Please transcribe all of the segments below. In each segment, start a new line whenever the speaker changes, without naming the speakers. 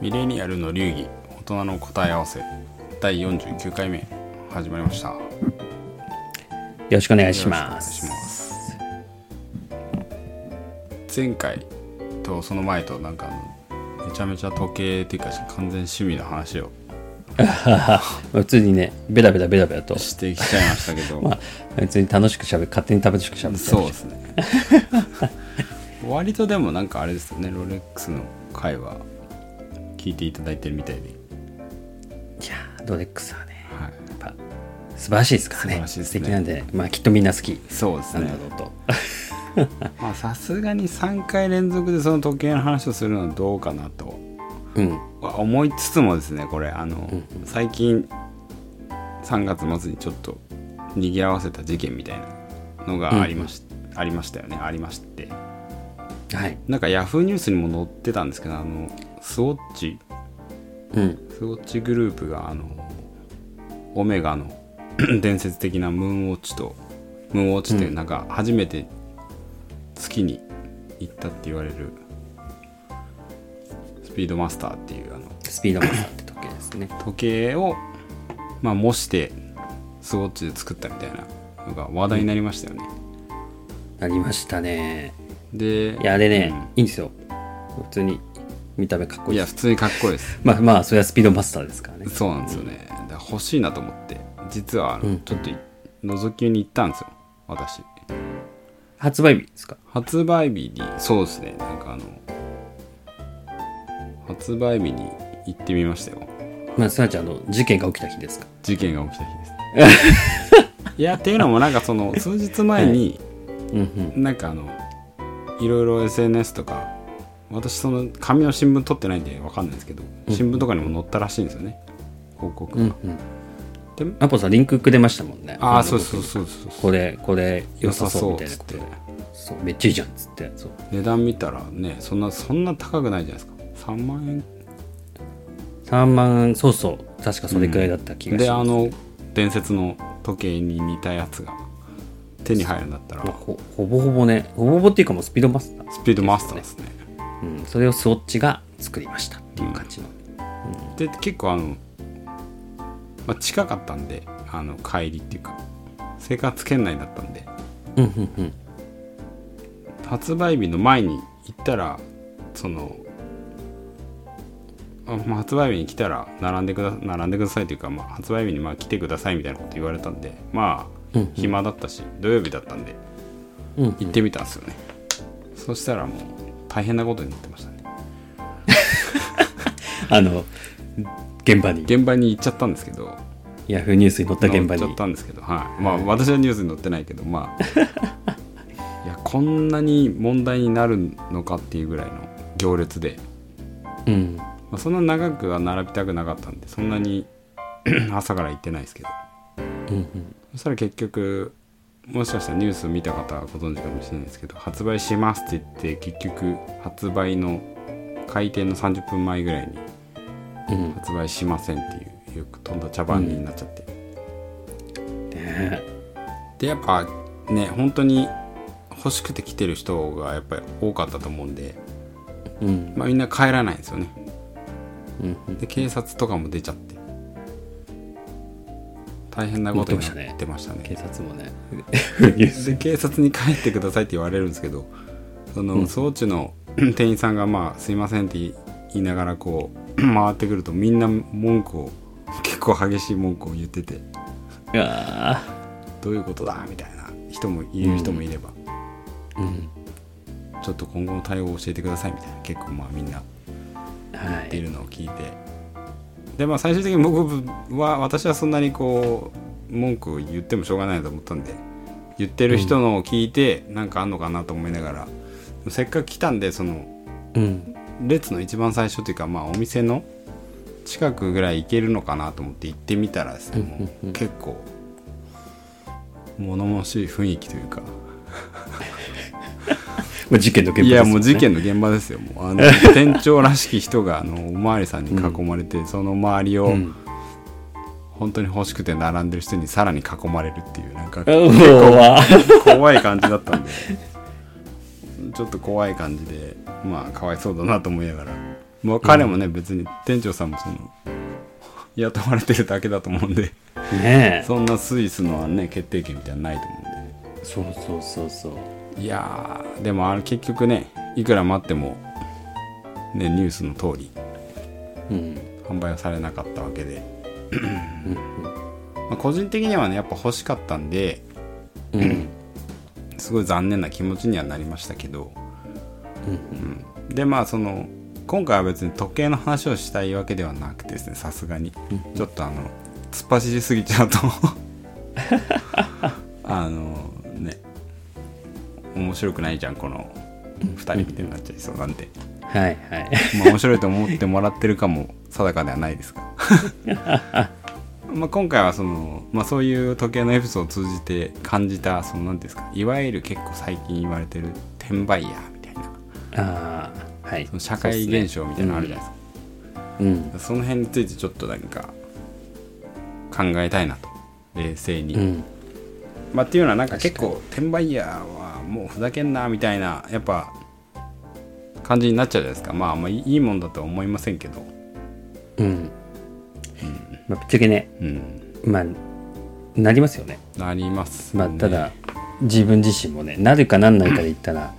ミレニアルの流儀大人の答え合わせ第49回目始まりましたよ
よろしくお願
ろ
い
し
し
くお願
ま
い
す。
します前回とその前となんかあのめちゃめちゃ時計っていうか完全趣味の話を
普通にね、ベラベラベラベラと、
してきちゃいましたけど、
まあ、普通に楽しくしゃべ勝手に楽しくしゃべって
そうです ね割とでもなんかあれですよねロレックスの回は聞いていただいてるみたいで、
いやーロレックスはね、
はい、
やっぱ素晴らしいですからね。
素晴らしいですね
素敵なんで、まあきっとみんな好き
そうです
なんだ
ね
ろうと。
まあさすがに3回連続でその時計の話をするのはどうかなと
うん。
は思いつつもですねこれあの、最近3月末にちょっと賑わせた事件みたいなのがありまし,、ありましたよねありまして
はい。
なんかヤフーニュースにも載ってたんですけどあのスウォッチ
うん。
スウォッチグループがあのオメガの 伝説的なムーンウォッチとムーンウォッチっていうなんか初めて月に行ったって言われるスピードマスターっていうあの
スピードマスターって時計ですね。
時計をまあ模してスウォッチで作ったみたいなのが話題になりましたよね、
なりましたね。
で
いや、あれね、
うん
いいんですよ。普通に見た目かっこい
い
い
や
で
普
す。
通にかっこいいです
まあまあ、それはスピードマスターですからね。
そうなんですよねだから欲しいなと思って実はあの
うん
ちょっとい覗きに行ったんですよ私
発売日ですか
発売日にそうですねなんかあの発売日に行ってみましたよ
まあ、すなちゃん、あの、事件が起きた日ですか
事件が起きた日 ですいやっていうのもなんかその数日前に
うんうん。
なんかあのいろいろ SNS とか私その紙の新聞取ってないんでわかんないんですけど新聞とかにも載ったらしいんですよね報告
うん
が、
うん。
で
アポさん、リンクくれましたもんね。
ああそうそうそうそうそう
これこれ良さそうみたい
良
な
さ
こ
そうっつ
とで
って
そうめっちゃいいじゃんっつってそう
値段見たらねそんなそんな高くないじゃないですか3万円
3万そうそう確かそれくらいだった気がし
であ
ます、
の伝説の時計に似たやつが手に入るんだったら
まあほほぼほぼねほぼほぼっていうかもうスピードマスター、
スピードマスターですね
うん、それをスウォッチが作りましたっていう感じの、
で結構あの、まあ、近かったんであの帰りっていうか生活圏内だったんで
うん、うんうんうん
発売日の前に行ったらそのあまあ発売日に来たら並んでくだ並んでくださいというか、まあ、発売日にまあ来てくださいみたいなこと言われたんでまあ
うんうん
暇だったし土曜日だったんで
うんうん
行ってみたんですよね、そしたらもう大変なことになってましたね
あの現場に
現場に行っちゃったんですけど
ヤフーニュースに載った現
乗
場
っちゃ
に
ったんですけど、はいまあ、私はニュースに載ってないけどま あいやこんなに問題になるのかっていうぐらいの行列で、
うん
まあ、そんな長くは並びたくなかったんでそんなに 朝から行ってないですけど
うんうん
そしたら結局もしかしたらニュースを見た方はご存知かもしれないですけど発売しますって言って結局発売の開店の30分前ぐらいに
うん
発売しませんっていうよく飛んだ茶番になっちゃって、
ね
でやっぱね本当に欲しくて来てる人がやっぱり多かったと思うんで、
うん
まあ、みんな帰らないんですよね
うん
で警察とかも出ちゃって大変なことになってましたね
警察もねニュース
で警察に帰ってくださいって言われるんですけどその装置の店員さんが「まあすいません」って言いながらこう回ってくるとみんな文句を結構激しい文句を言ってて
いや
「どういうことだ?」みたいな人も言う人もいれば、
ーうん
ちょっと今後の対応を教えてくださいみたいな結構まあみんな
は
ってい
い
るのを聞いてでまあ最終的に僕は私はそんなにこう文句を言ってもしょうがないなと思ったんで言ってる人のを聞いてなんかあんのかなと思いながら、せっかく来たんでその
うん
列の一番最初というかまあお店の近くぐらい行けるのかなと思って行ってみたらですねもう結構物々しい雰囲気というか。
まあ事件の現場です
いやも
も
うん
ね
事件の現場ですよもう あの店長らしき人があのおまわりさんに囲まれて、その周りを
ん
本当に欲しくて並んでる人にさらに囲まれるっていうなんか
うわ
怖い感じだった んでちょっと怖い感じでまあかわいそうだなと思いながらまあ、彼もね、別に店長さんもその雇われてるだけだと思うんで
ねえ
そんなスイスのはね決定権みたいなのないと思うんで
そうそうそうそう
いやーでもあれ結局ねいくら待っても、ね、ニュースの通り
うん
販売はされなかったわけでまあ個人的にはねやっぱ欲しかったんで
うん
すごい残念な気持ちにはなりましたけど、うんでまあその今回は別に時計の話をしたいわけではなくてですねさすがに、ちょっとあの突っ走りすぎちゃうとあのね面白くないじゃんこの2人みたいになっちゃいそうなんで、
はいはい
まあ、面白いと思ってもらってるかも定かではないですがまあ今回はその、まあ、そういう時計のエピソードを通じて感じたその何ですかいわゆる結構最近言われてる転売ヤーみたいな
ああはい
その社会現象みたいなのあるじゃないですか
うん
その辺についてちょっとなんか考えたいなと冷静に、
うん
まあ、っていうのはなんか結構転売ヤーはもうふざけんなみたいなやっぱ感じになっちゃうじゃないですかまああんまいいもんだとは思いませんけど
うんまあぶっちゃけね
うん
まあなりますよね
なります、ね、
まあただ自分自身もねなるかなんないかで言ったら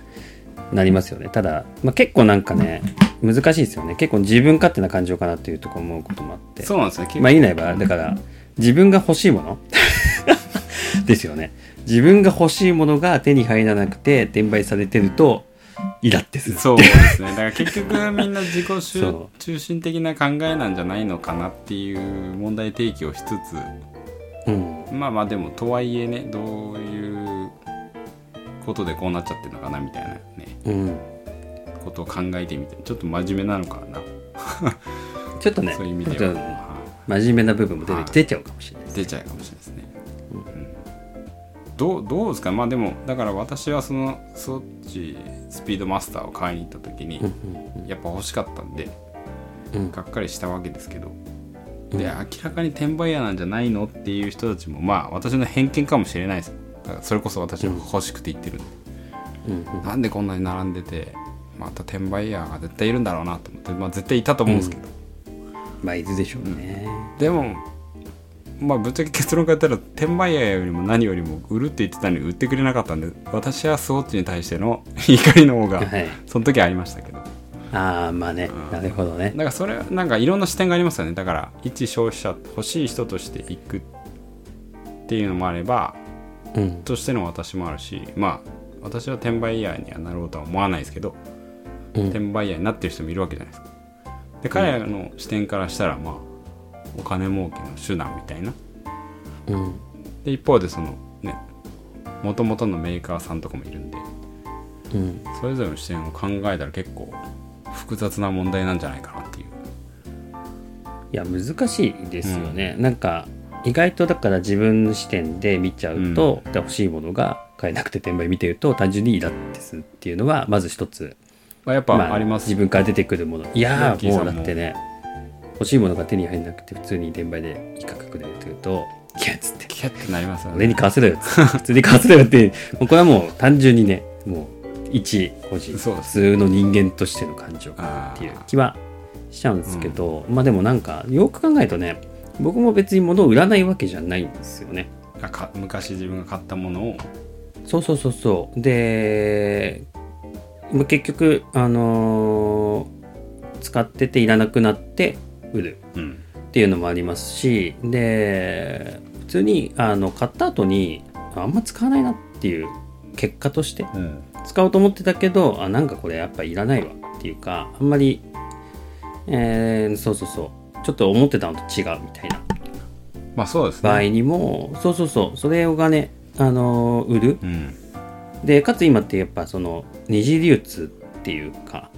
なりますよねただ、まあ、結構なんかね難しいですよね結構自分勝手な感情かなっていうとこ思うこともあって
そうなんですね結構
まあ言いないばだから自分が欲しいもの ですよね自分が欲しいものが手に入らなくて転売されてるとイラってする
そうですねだから結局みんな自己
そ
中
う
中心的な考えなんじゃないのかなっていう問題提起をしつ
うん
つまあまあでもとはいえねどういうことでこうなっちゃってるのかなみたいなね
うん
ことを考えてみてちょっと真面目なのかな
ちょっとね
そういう意味
ち
では
ょっと
は
真面目な部分も出
はい
て出ちゃうかもしれない
い出ちゃうかもしれないですね、うんどうどうですかまあでもだから私はそのそっちスピードマスターを買いに行った時に、やっぱ欲しかったんで、
うん
がっかりしたわけですけどで明らかに転売屋なんじゃないのっていう人たちもまあ私の偏見かもしれないですだからそれこそ私は欲しくて言ってるんで、なんでこんなに並んでてまた転売屋が絶対いるんだろうなと思って、まあ、絶対いたと思うんですけど、
まあいずでしょうね、
でもまあぶっちゃけ結論から言ったら転売屋よりも何よりも売るって言ってたのに売ってくれなかったんで私はスウォッチに対しての 怒りの方が
はい
その時はありましたけど
ああまあね、なるほどね
だからそれはなんかいろんな視点がありますよねだから一消費者欲しい人として行くっていうのもあれば
うん
としての私もあるしまあ私は転売ヤーにはなろうとは思わないですけど、
うん
転売ヤーになってる人もいるわけじゃないですかで彼らの視点からしたらまあお金儲けの手段みたいな
うん
で一方でそのねもともとのメーカーさんとかもいるんで
うん
それぞれの視点を考えたら結構複雑な問題なんじゃないかなっていう
いや難しいですよね、なんか意外とだから自分の視点で見ちゃうと、で欲しいものが買えなくて転売見てると単純にイラってするっていうのはまず一つ
まあやっぱあります
自分から出てくるものい
ヤ
や
ンキ
ー
ーさ
も
ん
う
も
だってね欲しいものが手に入らなくて普通に転売でいい価格で売ってると「いや」っつって
キャッてなりますよ
「
ね
俺に買わせろよ」っ つって「普通に買わせろよ」ってもうこれはもう単純にねもう一個人
そうで
普
す
通の人間としての感情
あ
っていう
ー
気はしちゃうんですけど、まあでもなんかよく考えるとね僕も別に物を売らないわけじゃないんですよね。
あか昔自分が買ったものを
そうそうそうそうでまあ結局あのー使ってていらなくなって売る
うん
っていうのもありますしで普通にあの買った後にあんま使わないなっていう結果として
うん
使おうと思ってたけどあなんかこれやっぱいらないわっていうかあんまり、えーそうそうそうちょっと思ってたのと違うみたいな
まあそうです
場合
ね
にも、そうそうそうそれがね、あのー売る
うん
でかつ今ってやっぱその二次流通っていうか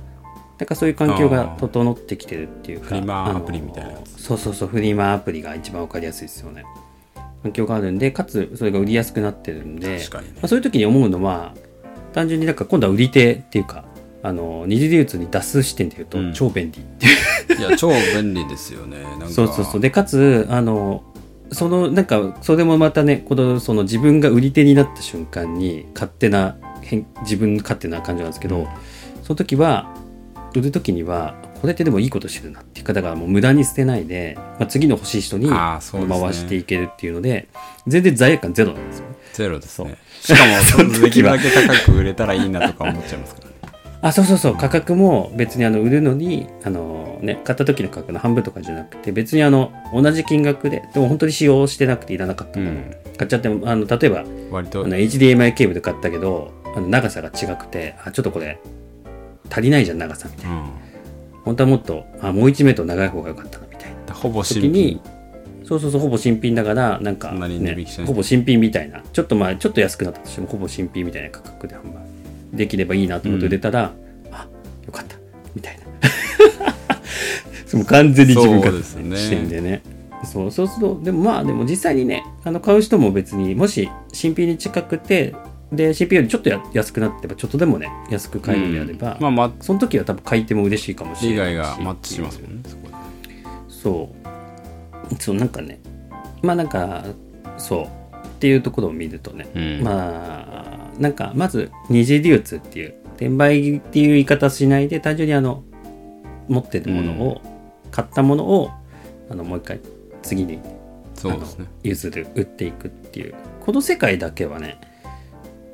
なんかそういう環境が整ってきてるっていうか
あーフリマ
あの
アプリみたいなやつ
そうそうそうフリマアプリが一番わかりやすいですよね環境があるんでかつそれが売りやすくなってるんで
確かにね
まあ、そういう時に思うのは単純になんか今度は売り手っていうかあの二次流通に出す視点でいうと
うん
超便利っていう
いや超便利ですよねなんか
そうそうそうでかつあのそのなんかそれもまたねこのその自分が売り手になった瞬間に勝手な変自分勝手な感じなんですけど、その時は売る時にはここれってでもいいことしてるなっていうかだからもう無駄に捨てないで、まあ、次の欲しい人に
あー
回
そうですね
していけるっていうので全然罪悪感ゼロなんですよね
ゼロですね
そう
しかも
その時は
できるだけ高く売れたらいいなとか思っちゃいますからね
あそうそうそう価格も別にあの売るのにあの、ね、買った時の価格の半分とかじゃなくて別にあの同じ金額ででも本当に使用してなくていらなかったもの、
うん
買っちゃってもあの例えば
割
あ
と
の HDMI ケーブル買ったけどあの長さが違くてあちょっとこれ足りないじゃん長さみたい
うん
な本当はもっとあもう1メートル長い方が良かったなみたいな
ほぼ新
時
品
にそうそうそうほぼ新品だからなんか、
そんなに値引きしない
ほぼ新品みたいなちょっとまあちょっと安くなったとしてもほぼ新品みたいな価格で販売できればいいなと思って出たら、あよかったみたいな その完全に自分
そう
勝
です
手
ね
な視点でねそうそうするとでもまあでも実際にねあの買う人も別にもし新品に近くてで新品よりちょっとや安くなってばちょっとでもね安く買えるのであれば、
うんまあマッチ
その時は多分買い手も嬉しいかもし
以
れない
外がマッチしますもんねそこで
そうそうなんかねまあなんかそうっていうところを見るとね、
うん
まあなんかまず二次流通っていう転売っていう言い方しないで単純にあの持ってるものを、買ったものをあのもう一回次に
そうですね
あの譲る売っていくっていうこの世界だけはね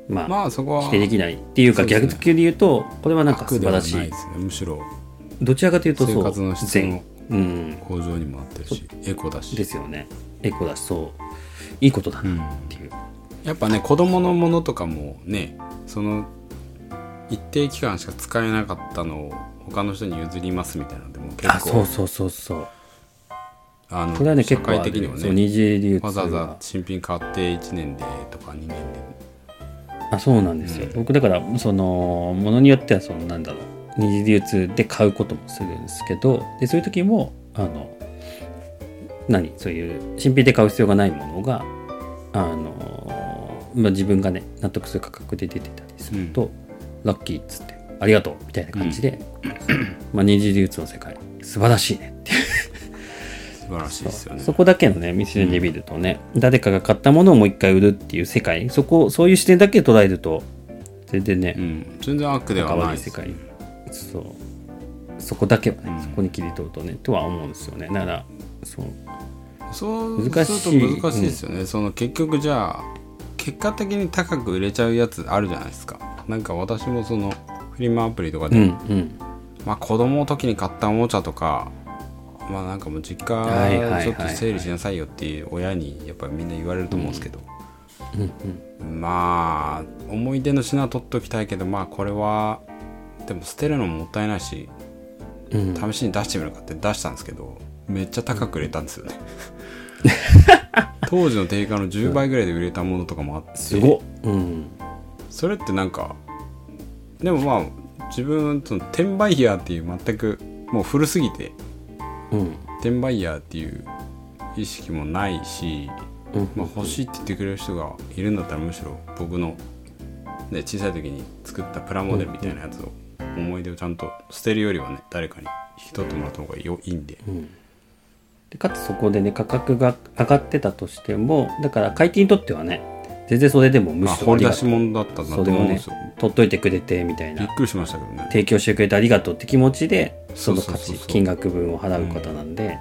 まあ、
まあそこは
否定できないっていうか
そうですね
逆に言うとこれはなんか素
悪で
晴
はな
ら
いで
し
す
い
ねむしろ
どちらかというとそう
生活の質の
善うん、
向上にもなってるしエコだし
ですよねエコだしそういいことだなっていう、
やっぱね子供のものとかもねその一定期間しか使えなかったのを他の人に譲りますみたいなのでも結構
あそうそうそうそう
あの
これはね
社
結構あ
会
る
的には
そう
ね
二次流通
わざわざ
は
新品買って1年でとか2年で
あそうなんですよ、僕だからそのものによってはそのなんだろう二次流通で買うこともするんですけどでそういう時もあの何そういう新品で買う必要がないものがあの、まあ、自分がね納得する価格で出てたりすると、ラッキーっつってありがとうみたいな感じで、まあ、二次流通の世界素晴らしいねっていう
素晴らしいですよね
そこだけのね、見せで見るとね、誰かが買ったものをもう一回売るっていう世界、そこ、そういう視点だけ捉えると、全然ね
う、ん全然悪では
変わ
ない
る
です
世界、そう、そこだけはね、そこに切り取るとね、とは思うんですよね。だから、そう、
そう
難しい
すると難しいですよね、その結局じゃあ結果的に高く売れちゃうやつあるじゃないですかなんか私もそのフリマアプリとか
う
で、
ん、うん、
まあ子供の時に買ったおもちゃとかまあなんかもう実
はいはいはいは
家
い
ちょっと整理しなさいよっていう親にやっぱりみんな言われると思うんですけど、
うん、うん。
まあ思い出の品は取っときたいけどまあこれはでも捨てるのももったいないし
うん、
試しに出してみるかって出したんですけどめっちゃ高く売れたんですよ ね当時の定価の10倍ぐらいで売れたものとかもあって
すごっうん、
それってなんかでもまあ自分その転売ヤーっていう全くもう古すぎて
うん、
転売ヤーっていう意識もないし、
うん
まあ、欲しいって言ってくれる人がいるんだったらむしろ僕の、ね、小さい時に作ったプラモデルみたいなやつを思い出をちゃんと捨てるよりはね誰かに引き取ってもらった方がよいいんで。
うん。でかつそこでね、価格が上がってたとしても、だから買い手にとってはね、全然それでもむ
まあ、
しろ
掘
あり
り
が
出
とう
し物だったんだと思
それを
うんで
ね
すよ、
取っといてくれてみたい
びっ
な
くりしましたけどね
提供してくれてありがとうって気持ちでその価
そうそうそう
値
そう
金額分を払う方なんで、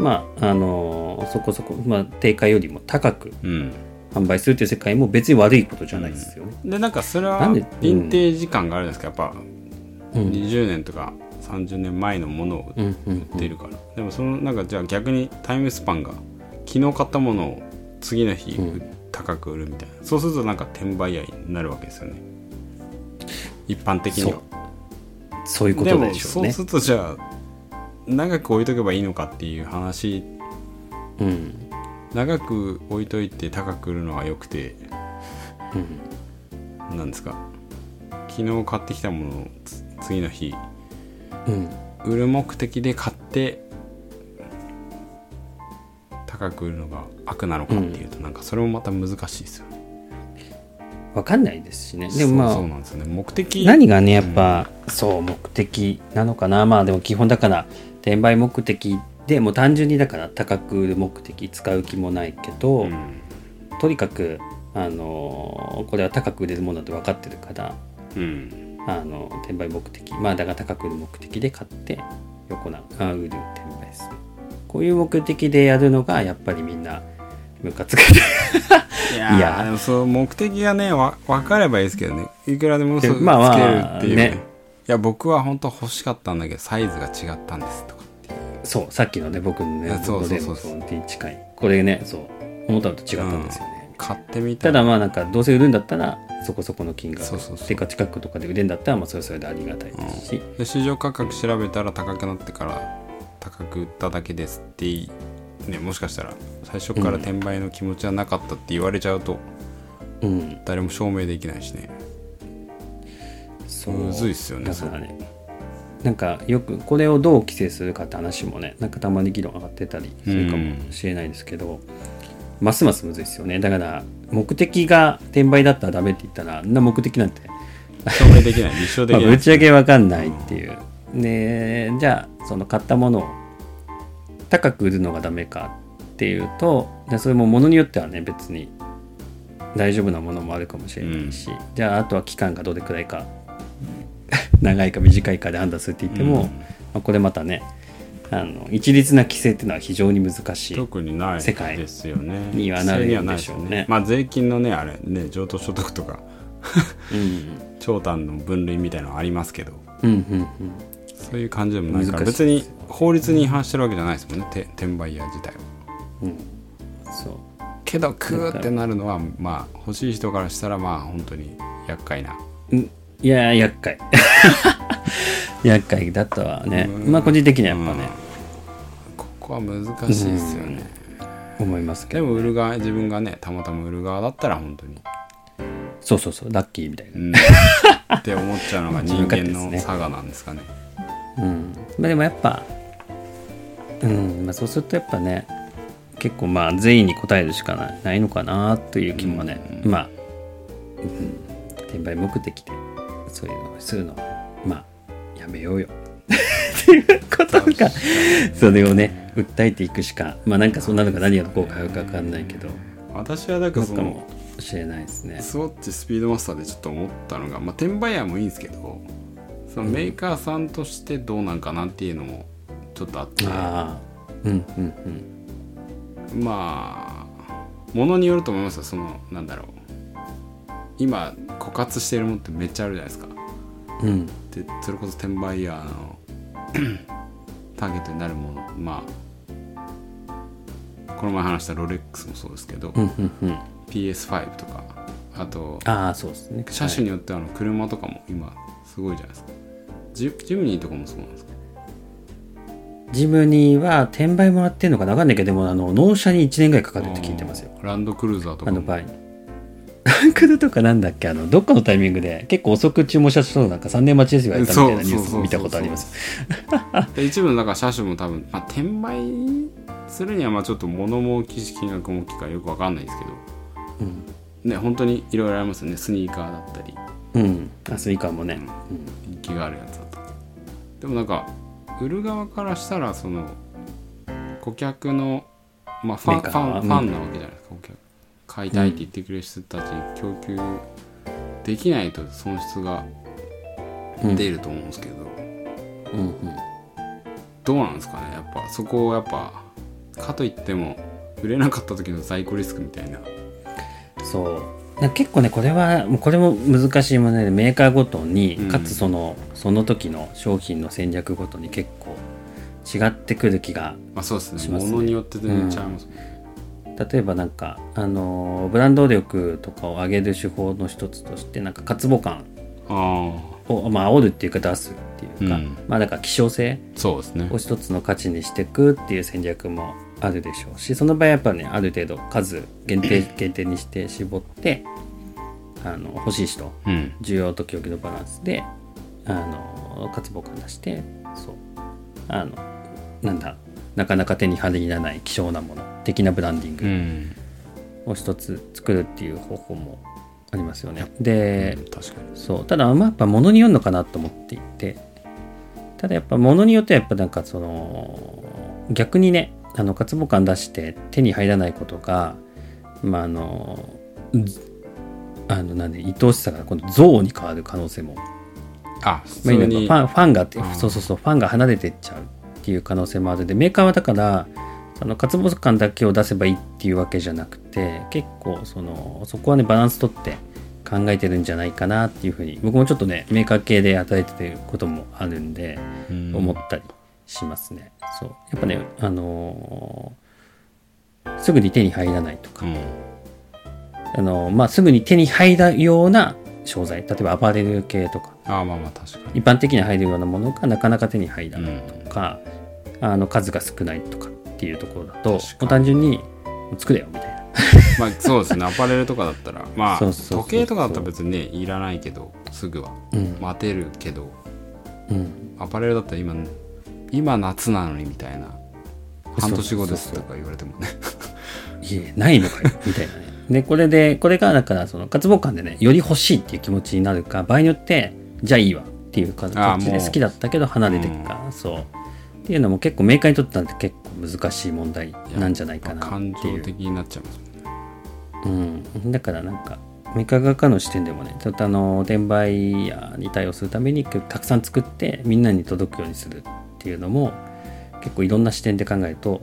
まああのーそこそこ、まあ、定価よりも高く
うん
販売するという世界も別に悪いことじゃないですよね。
でなんかそれは
なんで
ヴィンテージ感があるんですかやっぱ
うん
20年とか30年前のものを
うんう
売っ
ん
ているから、でもそのなんかじゃあ逆にタイムスパンが昨日買ったものを次の日
うん
高く売るみたいな、そうするとなんか転売屋になるわけですよね一般的に
そ
は
うそういうこ
で
とで
も
しょ
そうう
ね
す。るとじゃあ長く置いとけばいいのかっていう話
うん
長く置いといて高く売るのは良くて
うん
なんですか昨日買ってきたものをつ次の日
うん
売る目的で買って高く売るのが悪なのかっていうと、なんかそれもまた難しいですよね
わかんないですしね。でもま
そうそう
あ
なんですよね目的
何がねやっぱ、そう目的なのかなまあでも基本だから転売目的でもう単純にだから高く売る目的使う気もないけど、
うん
とにかく、あのーこれは高く売れるものだと分かってるから、
うん
あの転売目的まあだから高く売る目的で買って横なあ売る転売するこういう目的でやるのがやっぱりみんなムカつく
いやー
いやー
でもその目的がねわ分かればいいですけどねいくらでも嘘つける
まあまあ
っていう、ね
ね
いや僕は本当欲しかったんだけどサイズが違ったんですとか
そうさっきのね僕のね
あそうそうそう
モデルのそうに近いこれねそう思ったのと違ったんですよね、
買ってみた
た
ら
だまあなんかどうせ売るんだったらそこそこの金額
そうそうそう
定価近くとかで売れんだったらまあそれはそれでありがたいですし、
で市場価格調べたら高くなってから高く売っただけですっていね、もしかしたら最初から転売の気持ちはなかったって言われちゃうと
うん
誰も証明できないしね、
そ
むずいっすよね
だからねなんかよくこれをどう規制するかって話もねなんかたまに議論上がってたりするかもしれないですけど、ますますむずいですよねだから目的が転売だったらダメって言ったらあんな目的なんて、
証明でき ない立証で
まあ
きない、
ぶち上げわかんないっていう、でじゃあその買ったものを高く売るのがダメかっていうとじゃあそれも物によってはね別に大丈夫なものもあるかもしれないし、じゃああとは期間がどれくらいか 長いか短いかで判断するって言っても、
うん
まあ、これまたねあの一律な規制っていうのは非常に難しい
特にない
世界
ですよね
にはなるん
規制
でしょうね
にはないですよまあ税金のねあれね譲渡所得とか
うん
長短の分類みたいなのありますけど
うんうん
そういう感じでもないから
難し
別
い
に法律に違反してるわけじゃないですもんねて転売屋自体は
うんうんそう
けどクーってなるのはまあ欲しい人からしたらまあ本当に厄介な、
うんいやー厄 介厄介だったわね
うん
まあ個人的には
うん
やっぱね、
ここは難しいですよね、
思いますけ
で
ど
も売る側自分がねたまたま売る側だったら本当に
そうそうそうラッキーみたいな、
うんって思っちゃうのが人間
自分勝手
の
ですね
差がなんですかね
うんまあ、でもやっぱ、うんまあ、そうするとやっぱね結構まあ善意に応えるしかないないのかなという気もね、まあ、うん、転売目的でそういうのをするのはまあやめようよっていうことがそれをね訴えていくしかまあなんかそんなのが何が効果あるか分かんないけど。
私はだからそ
か
の
もしれないですね。
スウォッチスピードマスターでちょっと思ったのが、まあ、転売屋もいいんですけどそのメーカーさんとしてどうなんかなっていうのもちょっとあって
ああ、うんうんうん。
まあものによると思いますよそのなんだろう今枯渇してるものってめっちゃあるじゃないですか
うん
でそれこそ転売ヤーの ターゲットになるものまあこの前話したロレックスもそうですけど、
うんうんうん。
PS5 とかあと
ああ、そうですね。
車種によってはあの車とかも今すごいじゃないですかジジムニーとかもそうなんですか
ジムニーは転売もらってるのかなわかんないけど、でもあの納車に1年ぐらいかかるって聞いてますよ。
ランドクルーザーと
あ
か
の
も
場合。ランクルとかなんだっけあの、どっかのタイミングで結構遅く注文した人なんか3年待ちですよ、やったみたいなニュースを見たことあります。
で一部のだから車種も多分、まあ、転売するにはまあちょっと物も大きいし金額も大きいからよくわかんないですけど
うん。
ね本当にいろいろありますよねスニーカーだったり
うん。あ、スニーカーもね。
人気があるやつだとでもなんか売る側からしたらその顧客の、まあ、ファン
メー
フ
カ
ァ
ー
ン
うん
ファンなわけじゃないですか顧客買いたいって言ってくれる人たちに供給できないと損失が
うん。
出ると思うんですけど、
うんうん。
どうなんですかねやっぱそこをやっぱかといっても売れなかった時の在庫リスクみたいな
そうなんか結構ねこれはもうこれも難しい問題でメーカーごとに、
うん
かつそのその時の商品の戦略ごとに結構違ってくる気が
まあそうですね
しますね
物によって全然違いますもんね、
例えばなんかあのーブランド力とかを上げる手法の一つとしてなんか渇望感
あ
を、まあ煽るっていうか出すっていうか、
うん
まあだから希少性
あそうですね
を一つの価値にしていくっていう戦略もあるでしょうしその場合やっぱねある程度数限定限定にして絞ってあの欲しい人
うん
需要と供給のバランスであの渇望感出してそうあのなんだなかなか手に入らない希少なもの的なブランディン
う
グ
ん、
を一つ作るっていう方法もありますよね。で
うん確かに
そうただまあやっぱ物によるのかなと思っていてただやっぱ物によってはやっぱなんかその逆にねあの渇望感出して手に入らないことがまああのずあのなんで愛おしさがこの憎悪に変わる可能性も
あ普
まあ、
通
今
に
ファンファンがって
うん
そうそうそうファンが離れてっちゃうっていう可能性もあるのでメーカーはだからあの渇望感だけを出せばいいっていうわけじゃなくて結構そのそこはねバランス取って考えてるんじゃないかなっていうふうに僕もちょっとねメーカー系で与えてることもあるんで
うん
思ったりしますね、そうやっぱねあのーすぐに手に入らないとか、
うん
あのーまあ、すぐに手に入るような商材例えばアパレル系とか
ああまあまあ確かに
一般的に入るようなものがなかなか手に入らないとか、あの数が少ないとかっていうところだとも
確かに
う単純に作れよみたいな
まあそうですねアパレルとかだった らまあ
そうそうそうそう
時計とかだったら別にねいらないけどすぐは
うん、
待てるけど
うん、
アパレルだったら今今夏なのにみたいな半年後です
そう
と
そう
か言われてもね
そういえないのか よみたいなねでこれでこれがだからその渇望感でねより欲しいっていう気持ちになるか場合によってじゃあいいわっていう
あー
形
も
で
う
好きだったけど離れていくか、そうっていうのも結構メーカーにとっては結構難しい問題なんじゃないかなっていう
感情的になっちゃいますもんね
うん、だからなんかメーカー側からの視点でもねちょっとあの転売ヤーに対応するために結構たくさん作ってみんなに届くようにするっていうのも結構いろんな視点で考えると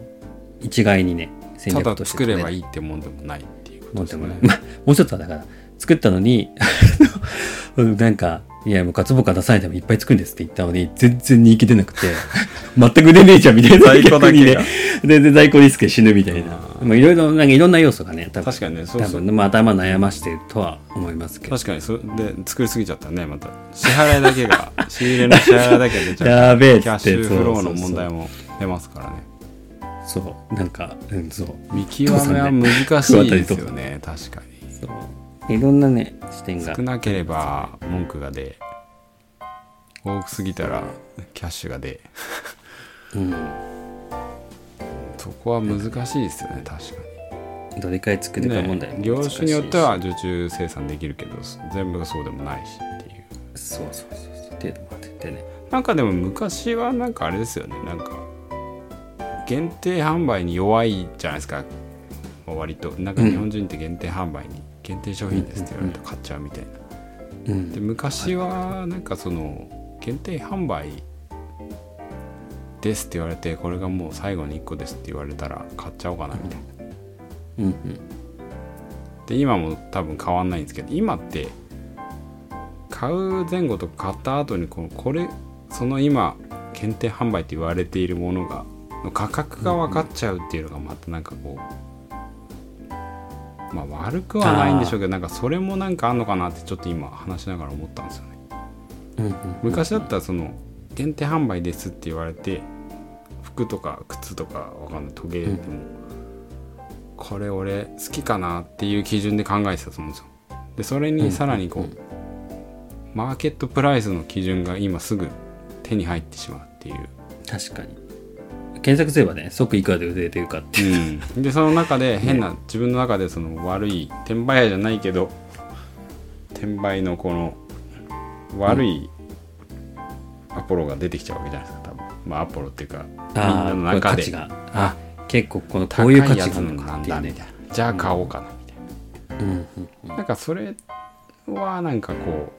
一概にね戦
た
略
だ
として
作れば
い
いいってもんでもないっていうこと
もん
で
ですも
ね
ね、まあ、もう一つはだから作ったのに あのなんかいやもう渇望感出されてもいっぱい作るんですって言ったのに全然人気出なくて 全く出ねえじゃんみたいな
在庫だけが
逆にね全然在庫リスクで死ぬみたいなまあいろいろなんかいろんな要素がね多分
確かにねそう
多
そう
分、まあ、頭悩ましてるとは思いますけど。
確かにそれで作りすぎちゃったらねまた支払いだけ が仕入れの支払いだけが出ちゃうから
やべえっつって
キャッシュフローの
そうそうそう
問題も出ますからね
そう、なんか、うん、そう。
見極めは難しい ですよね確かに
そういろんなね、視点が
少。なければ文句が出多くすぎたらキャッシュが出
うん。
そこは難しいですよね確か
どれくらい作
に、
るか
ね
問題も
業
難しいし
種によっては受注生産できるけど全部がそうでもないしっていう
そうそうそうそう。程度までってね。
なんかでも昔はなんかあれですよねなんか限定販売に弱いじゃないですかまあ割となんか日本人って限定販売に限定商品ですって言われると買っちゃうみたいな
う
で
ん。
昔はなんかその限定販売ですって言われてこれがもう最後に1個ですって言われたら買っちゃおうかなみたいな
うんうん。
で今も多分変わんないんですけど今って買う前後とか買った後にこのこれその今限定販売って言われているものがの価格が分かっちゃうっていうのがまたなんかこうまあ悪くはないんでしょうけどなんかそれもなんかあんのかなってちょっと今話しながら思ったんですよね
うんうん。
昔だったらその限定販売ですって言われて服とか靴とかわかんない時計でも、これ俺好きかなっていう基準で考えてたと思うんですよでそれにさらにこう、マーケットプライスの基準が今すぐ手に入ってしまうっていう、
確かに。検索すればね、即いくらで売れてるかっていう。
でその中で変な、自分の中でその悪い転売屋じゃないけど転売のこの悪いアポロが出てきちゃうわけじゃないですか多分まあアポロっていうかみん
あ
な
あ、
の
これ
中
価
で
値が。あ結構この、こ
高
う
い
いう
や
価値
つ
があるの
な
かっ
ん
てい
だ
う
み
ね
たい。なじゃあ買おうかなみたいな、
うんうん。
なんかそれはなんかこう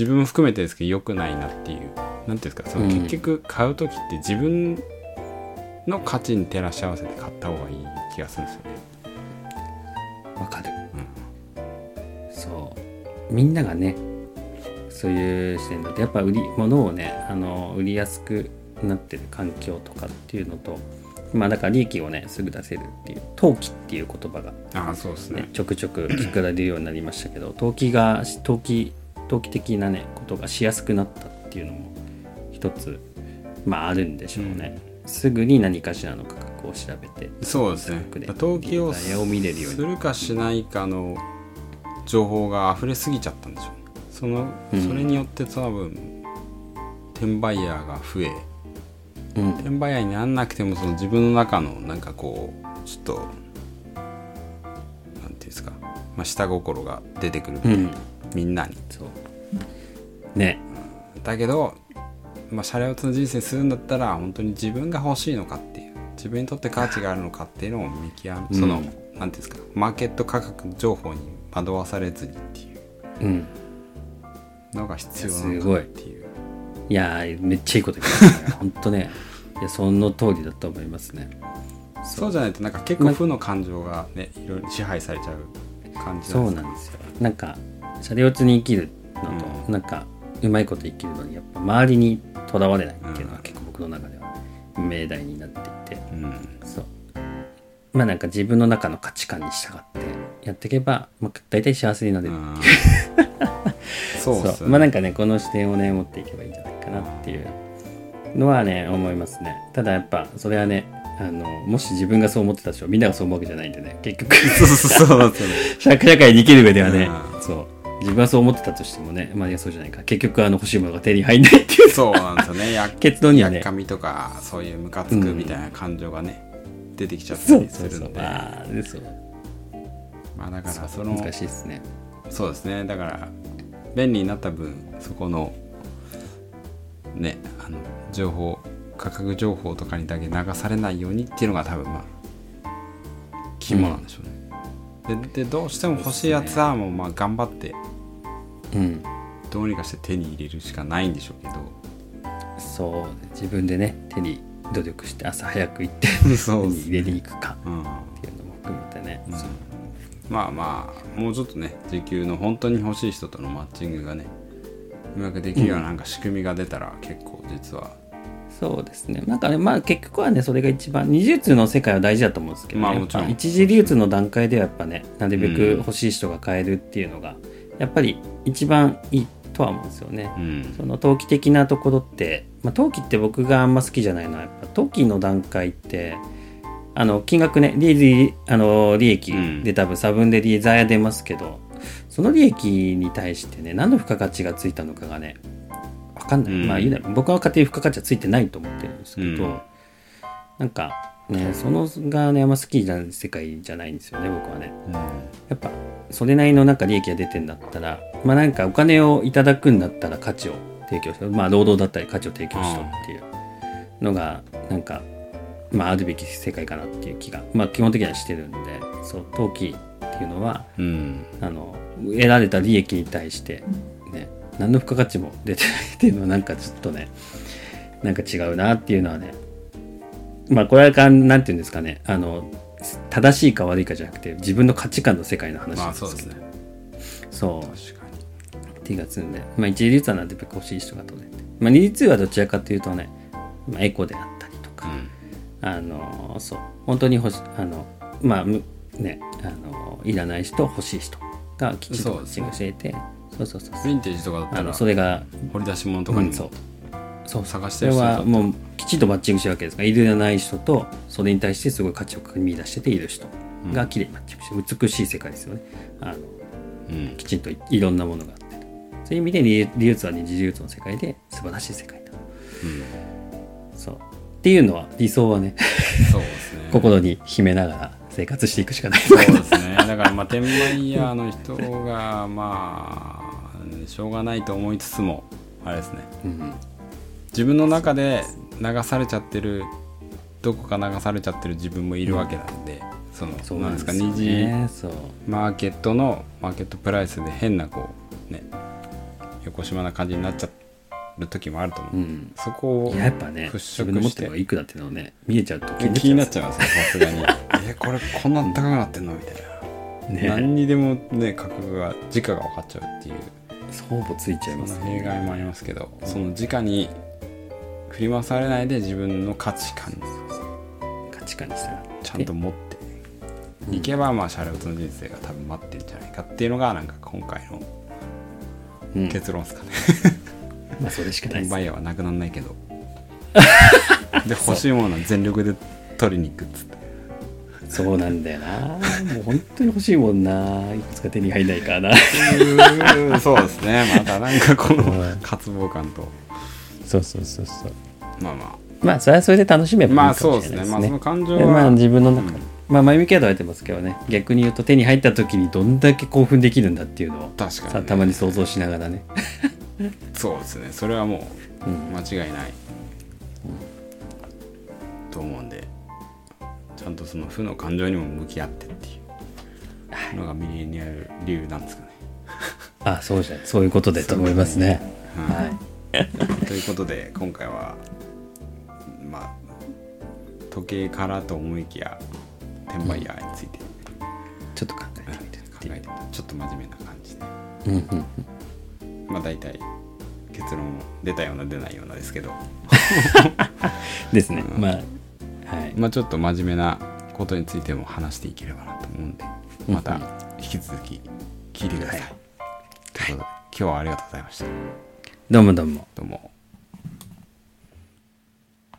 自分も含めてですけど良くないなっていうなんていうんですかその
うん
結局買う時って自分の価値に照らし合わせて買った方がいい気がするんですよね
わかる、そうみんながねそういう視点だとやっぱ売り物をねあの売りやすくなってる環境とかっていうのとまあだから利益をねすぐ出せるっていう投機っていう言葉が、
ああそうですね
ね、ちょくちょく聞くられるようになりましたけど投機が投機投機的なねことがしやすくなったっていうのも一つまああるんでしょうね、すぐに何かしらの価格を調べて
そうですね
くれ
登記を
値を見れるように
するかしないかの情報が溢れすぎちゃったんでしょうねその
うん
それによって多分転売ヤーが増え
うん
転売ヤーにならなくてもその自分の中のなんかこうちょっとなんていうんですか、まあ、下心が出てくる、
うん
みんなに
そうね
だけどまあシャレオツの人生するんだったら本当に自分が欲しいのかっていう自分にとって価値があるのかっていうのを見極め、その
うん
なんていうんですかマーケット価格情報に惑わされずにっていう
うん
のが必要
いや
な
す
の
ご
か
い
っていう
いやーめっちゃいいこと言いましたね本当ねいやその通りだと思いますね
そうじゃないとなんか結構負の感情がねいろいろ支配されちゃう感じ
そう
で
なんですよなんかシャレオツに生きるのと、なんかうまいこと生きるのにやっぱ周りにとらわれないっていうの
う
は
ん
結構僕の中では命題になってい
す
て
うん
そうまあなんか自分の中の価値観に従ってやっていけば、まあ、大体幸せになれ
う
る、
ん そうっすよ
まあなん
ね
かねこの視点をね持っていけばいいんじゃないかなっていうのはね思いますねただやっぱそれはねあのもし自分がそう思ってた人みんながそう思うわけじゃないんでね結局
そうそうそうなんですよね
社会に生きる上ではね、
う
そう自分はそう思ってたとしてもねまあいやそうじゃないか結局あの欲しいものが手に入んないっていう
そうなんですよねやっ
結論には
やっ
ね
かみとかそういうムカつくみたいな感情がね、出てきちゃったりするので
まあでそう
まあだからその
難しいですね
そうですねだから便利になった分そこのねあの情報価格情報とかにだけ流されないようにっていうのが多分まあ肝なんでしょうね、ででどうしても欲しいやつはもうまあ頑張って
うん
どうにかして手に入れるしかないんでしょうけど
そう自分でね手に努力して朝早く行って
そ
手
う
に
です
入れに行くか
うん
っていうのも含めてね、そう
まあまあもうちょっとね時給の本当に欲しい人とのマッチングがねうまくできるようななんか仕組みが出たら結構実は、
そうですねなんかねまあ結局はねそれが一番二流通の世界は大事だと思うんですけど、ね
まあもちろん
やっぱ一次流通の段階ではやっぱねなるべく
うん
欲しい人が買えるっていうのが、やっぱり一番いいとは思うんですよね、
うん
その投機的なところって、まあ、投機って僕があんま好きじゃないのはやっぱ投機の段階ってあの金額ね利利あの利益
うん
で多分差分で利ザヤ出ますけど、その利益に対してね何の付加価値がついたのかがね分かんない、
うん
まあ言うなら僕は勝手に付加価値はついてないと思ってるんですけど、
うん
なんかねそのがねあんま好きな世界じゃないんですよね僕はね。やっぱそれなりのなんか利益が出てんだったらまあなんかお金をいただくんだったら価値を提供しろまあ労働だったり価値を提供しろっていうのがなんかまああるべき世界かなっていう気がまあ基本的にはしてるんでそう投機っていうのは
うん
あの得られた利益に対してね何の付加価値も出てないっていうのはなんかちょっとねなんか違うなっていうのはねまあこれはなんていうんですかねあの正しいか悪いかじゃなくて自分の価値観の世界の話
まあ
なんですけ
そう
ど
ですね
そう
確かに
手がつんで、まあ、一流通はなるべく欲しい人が取れて、まあ、二流通はどちらかというとね、まあ、エコであったりとか、あのそう本当に欲しあのまあむねあのいらない人欲しい人がきちんとマッチングしていてそうそうそう
ヴ
そう
ィンテージとかだった
あ
ら
のそれが、
掘り出し物と
う
かに
ん、
も
そうそう
探し
そ
て
れ
る人だ
は
と
もうきちんとマッチングしてるわけですからいらない人とそれに対してすごい価値を見出してている人がきれいにマッチングして美しい世界ですよねあの
うん
きちんといいろんなものがあってそういう意味でリリュウツは二次流通の世界で素晴らしい世界だ、そうっていうのは理想はね
そうですね
心に秘めながら生活していくしかない
そうですねだからまあ転売屋の人がまあしょうがないと思いつつもあれですね
うん
自分の中で流されちゃってるどこか流されちゃってる自分もいるわけなんで、その
そう
な
な
ん
んで
です
す
か
かね
二次
そう
マーケットのマーケットプライスで変なこうね横島な感じになっちゃる時もあると思う、
うん
そこを
いややっぱね
払拭
自分の持っ
してて
るのがいくらっていうのをね見えちゃうと
気になっち
う
ゃいますねさすがに えこれこんな高くなってんのみたいな、
ね
何にでもね価格が時価が分かっちゃうっていう
相互ついちゃい
そ
ま
の
す
弊害もありますけどその時価に振り回されないで自分の価値観
価値観にしたら
ちゃんと持っていけばまあシャレオツの人生が多分待ってるんじゃないかっていうのがなんか今回の
うん
結論ですかね
まあそれしかな
転
いです
売屋はなくならないけどで欲しいものは全力で取りに行くっつって
そうなんだよなもう本当に欲しいもんないくつか手に入んないから な
そうですねまたなんかこの
はい
渇望感と
そうそうそうそう
まあま
まあそれはそれで楽しめ
あ
ばいいか
まあ
もし
そ
れな
うで
いです
ね
すね。
まあその感情
でまあ
は
自分の中
う
で
ん、
まあ前向きは捉えてますけどね逆に言うと手に入った時にどんだけ興奮できるんだっていうのを
確かにね
さたまに想像しながらね
そうですねそれはもう
うん
間違いないと思うんでちゃんとその負の感情にも向き合ってっていうのがミレニアル流なんですかね
あそうじゃそういうことでと思いますねはい
ということで今回はまあ時計からと思いきや転売ヤーについて考
ちょっと考えてみてって
え
いう
てちょっと真面目な感じで
うんうん
まあ大体結論出たような出ないようなですけど
ですね、まあはい
まあちょっと真面目なことについても話していければなと思うんでまた引き続き聞いてください、ということで今日はありがとうございました
どうもどうも
どうも